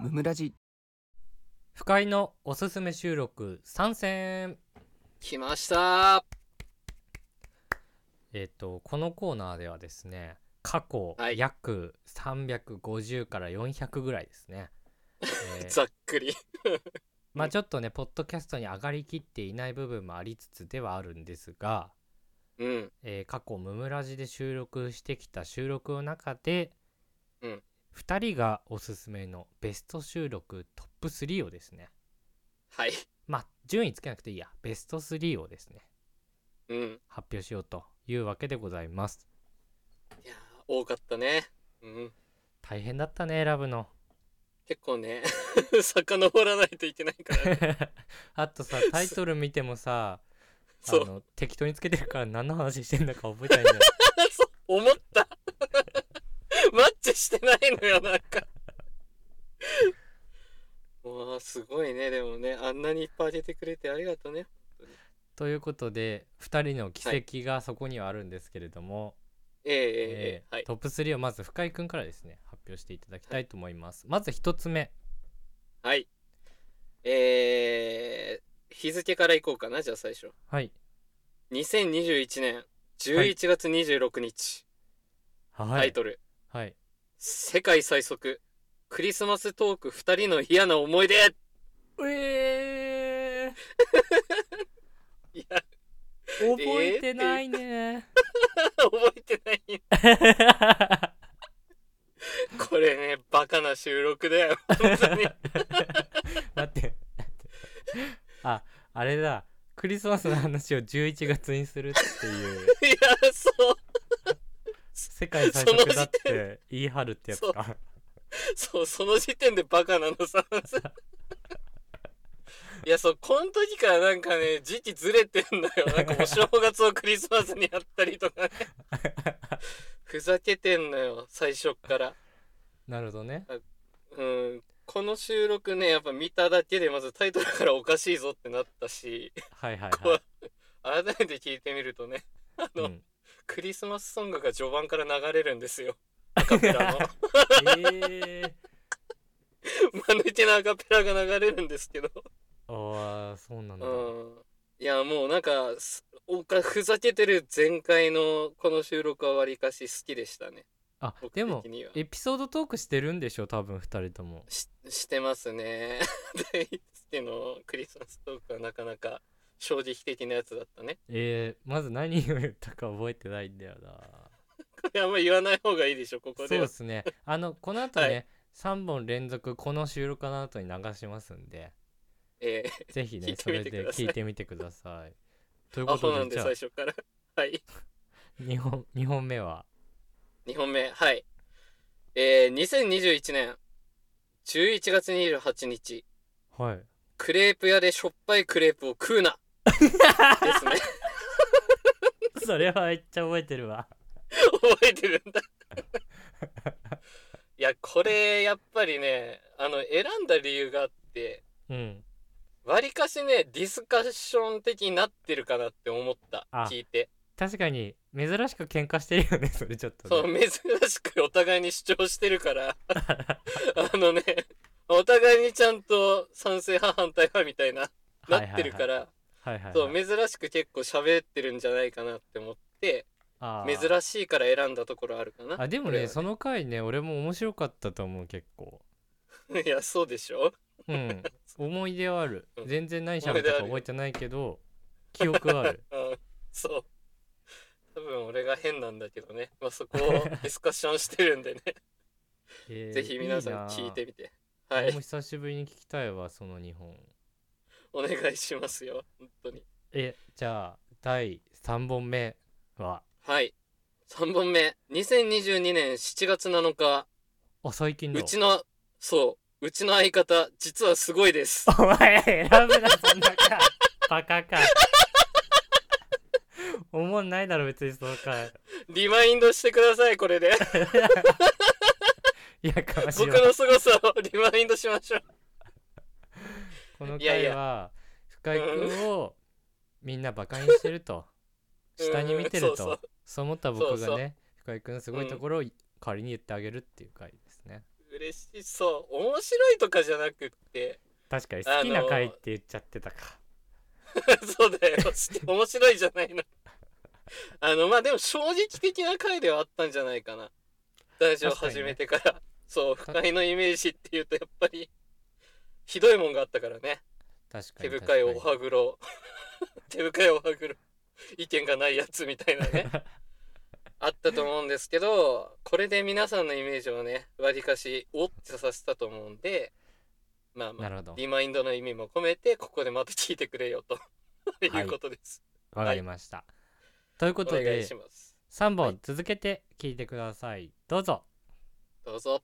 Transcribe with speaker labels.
Speaker 1: ムムラジ
Speaker 2: 不快のおすすめ収録参戦
Speaker 3: 来ました
Speaker 2: えっ、とこのコーナーではですね過去
Speaker 3: はい
Speaker 2: 約350から400ぐらいですね、 えー
Speaker 3: ざっくり
Speaker 2: まあちょっとねポッドキャストに上がりきっていない部分もありつつではあるんですが、
Speaker 3: うん
Speaker 2: えー過去ムムラジで収録してきた収録の中で、
Speaker 3: うん
Speaker 2: 2人がおすすめのベスト収録トップ3をですね
Speaker 3: はい
Speaker 2: まあ順位つけなくていいやベスト3をですね
Speaker 3: うん
Speaker 2: 発表しようというわけでございます
Speaker 3: いやー多かったねうん
Speaker 2: 大変だったね選ぶの
Speaker 3: 結構ね 遡らないといけないから ね
Speaker 2: あと さタイトル見てもさあ
Speaker 3: そう
Speaker 2: の適当につけてるから何の話してんだか覚えてないん だよ
Speaker 3: そう思った マッチしてないのよなんかわあすごいねでもねあんなにいっぱいあげてくれてありがとうね
Speaker 2: ということで2人の奇跡がそこにはあるんですけれども、
Speaker 3: えええ
Speaker 2: え
Speaker 3: えええ
Speaker 2: ートップ3をまず深井くんからですね発表していただきたいと思います、まず1つ目
Speaker 3: はいはいえー、日付からいこうかなじゃあ最初
Speaker 2: はい
Speaker 3: 2021年11月26日、
Speaker 2: はい
Speaker 3: タイトル
Speaker 2: はい
Speaker 3: 世界最速クリスマストーク2人の嫌な思い出
Speaker 2: え
Speaker 3: いや
Speaker 2: ー、覚えてないね、
Speaker 3: 覚えてない これねバカな収録だよ本当 に
Speaker 2: 待ってああれだクリスマスの話を11月にするっていう
Speaker 3: いやそう
Speaker 2: 世界最速だって言い張るってやつか
Speaker 3: そうその時点でバカなのさいやそうこの時からなんかね時期ずれてんだよなんかお正月をクリスマスにやったりとかねふざけてんのよ最初っから
Speaker 2: なるほどね
Speaker 3: うんこの収録ねやっぱ見ただけでまずタイトルからおかしいぞってなったし
Speaker 2: はいはい
Speaker 3: こ
Speaker 2: は
Speaker 3: う改めて聞いてみるとね
Speaker 2: い、う
Speaker 3: の
Speaker 2: ん、
Speaker 3: クリスマスソングが序盤から流れるんですよアカ ペラの
Speaker 2: えー
Speaker 3: 間抜けなアカペラが流れるんですけど
Speaker 2: ああそうなんだ、
Speaker 3: うんいやもうなんかすおかふざけてる前回のこの収録はわりかし好きでしたね
Speaker 2: あ
Speaker 3: 僕
Speaker 2: でも
Speaker 3: 的には
Speaker 2: エピソードトークしてるんでしょ多分2人とも
Speaker 3: ししてますね 大輔のクリスマストークはなかなか正直的なやつだったね
Speaker 2: えー、まず何を言ったか覚えてないんだよな
Speaker 3: これあんま言わない方がいいでしょこ
Speaker 2: そ
Speaker 3: こ
Speaker 2: う
Speaker 3: では
Speaker 2: ですねあのこの後ね、
Speaker 3: は
Speaker 2: 3本連続この収録の後に流しますんで
Speaker 3: ええ
Speaker 2: ぜひねそ
Speaker 3: 聞
Speaker 2: れ
Speaker 3: いて
Speaker 2: で
Speaker 3: みてください
Speaker 2: 聞いてみてくださいというこ
Speaker 3: アホな
Speaker 2: と
Speaker 3: ん
Speaker 2: で
Speaker 3: で
Speaker 2: じゃあ
Speaker 3: 最初からはい
Speaker 2: 2本二本目は
Speaker 3: 2本目はいえー、2021年11月28日
Speaker 2: はい
Speaker 3: クレープ屋でしょっぱいクレープを食うなです ね
Speaker 2: それはめっちゃ覚えてるわ
Speaker 3: 覚えてるんだいやこれやっぱりねあの選んだ理由があって
Speaker 2: うん
Speaker 3: わりかしねディスカッション的になってるかなって思った
Speaker 2: あ
Speaker 3: 聞いて
Speaker 2: 確かに珍しく喧嘩してるよね それちょっと、ね、
Speaker 3: そう珍しくお互いに主張してるから あのねお互いにちゃんと賛成派反対派みたいな なってるから
Speaker 2: はいはいはい、
Speaker 3: そう珍しく結構喋ってるんじゃないかなって思って
Speaker 2: あー
Speaker 3: 珍しいから選んだところあるかな
Speaker 2: あでも
Speaker 3: これは
Speaker 2: ねその回ね俺も面白かったと思う結構
Speaker 3: いやそうでしょ
Speaker 2: うん、思い出はある
Speaker 3: うん
Speaker 2: 全然何喋ったか覚えてないけど記憶はある
Speaker 3: うんそう多分俺が変なんだけどね、まあ、そ こをディスカッションしてるんでね、
Speaker 2: えー
Speaker 3: ぜひ皆さん聞いてみて
Speaker 2: いいな
Speaker 3: は
Speaker 2: 俺も
Speaker 3: い
Speaker 2: 久しぶりに聞きたいわその2本
Speaker 3: お願いしますよ本当に
Speaker 2: えじゃあ第3本目は
Speaker 3: はい3本目2022年7月7日
Speaker 2: あ最近だ
Speaker 3: うちのそううちの相方実はすごいです
Speaker 2: お前選ぶなそんな かバカか思んないだろ別にその回
Speaker 3: リマインドしてくださいこれで
Speaker 2: いやかましい
Speaker 3: 僕
Speaker 2: わ
Speaker 3: の凄さをリマインドしましょう
Speaker 2: この
Speaker 3: いやい
Speaker 2: 回
Speaker 3: や
Speaker 2: は深井君をみんなバカにしてると
Speaker 3: うん
Speaker 2: 下に見てる
Speaker 3: そうそ
Speaker 2: と
Speaker 3: う
Speaker 2: そう思った僕
Speaker 3: そ
Speaker 2: が
Speaker 3: うそ
Speaker 2: ね深井君のすごいところを代わりに言ってあげるっていう回ですね。
Speaker 3: 嬉嬉しそう面白いとかじゃなくって
Speaker 2: 確かに
Speaker 3: あの
Speaker 2: 好きな回って言っちゃってたか、
Speaker 3: そうだよ。して面白いじゃないの。 あの、まあでも正直的な回ではあったんじゃないかな。ラジオ
Speaker 2: 確かにね
Speaker 3: 始めてから。そう、不快のイメージっていうとやっぱり、ひどいもんがあったからね。
Speaker 2: 確か
Speaker 3: 手
Speaker 2: に
Speaker 3: 深いお歯黒。 手深いお歯黒。意見がないやつみたい なね。あったと思うんですけど、これで皆さんのイメージをね、わりかし、おってさせたと思うんで、まあまあ
Speaker 2: な、るほど
Speaker 3: リマインドの意味も込めてここでまた聞いてくれよと
Speaker 2: はい
Speaker 3: いうことです。
Speaker 2: わかりました、ということ
Speaker 3: お願い
Speaker 2: で
Speaker 3: します。
Speaker 2: 3
Speaker 3: は
Speaker 2: 本
Speaker 3: い
Speaker 2: 続けて聞いてくださいどうぞ
Speaker 3: どうぞ。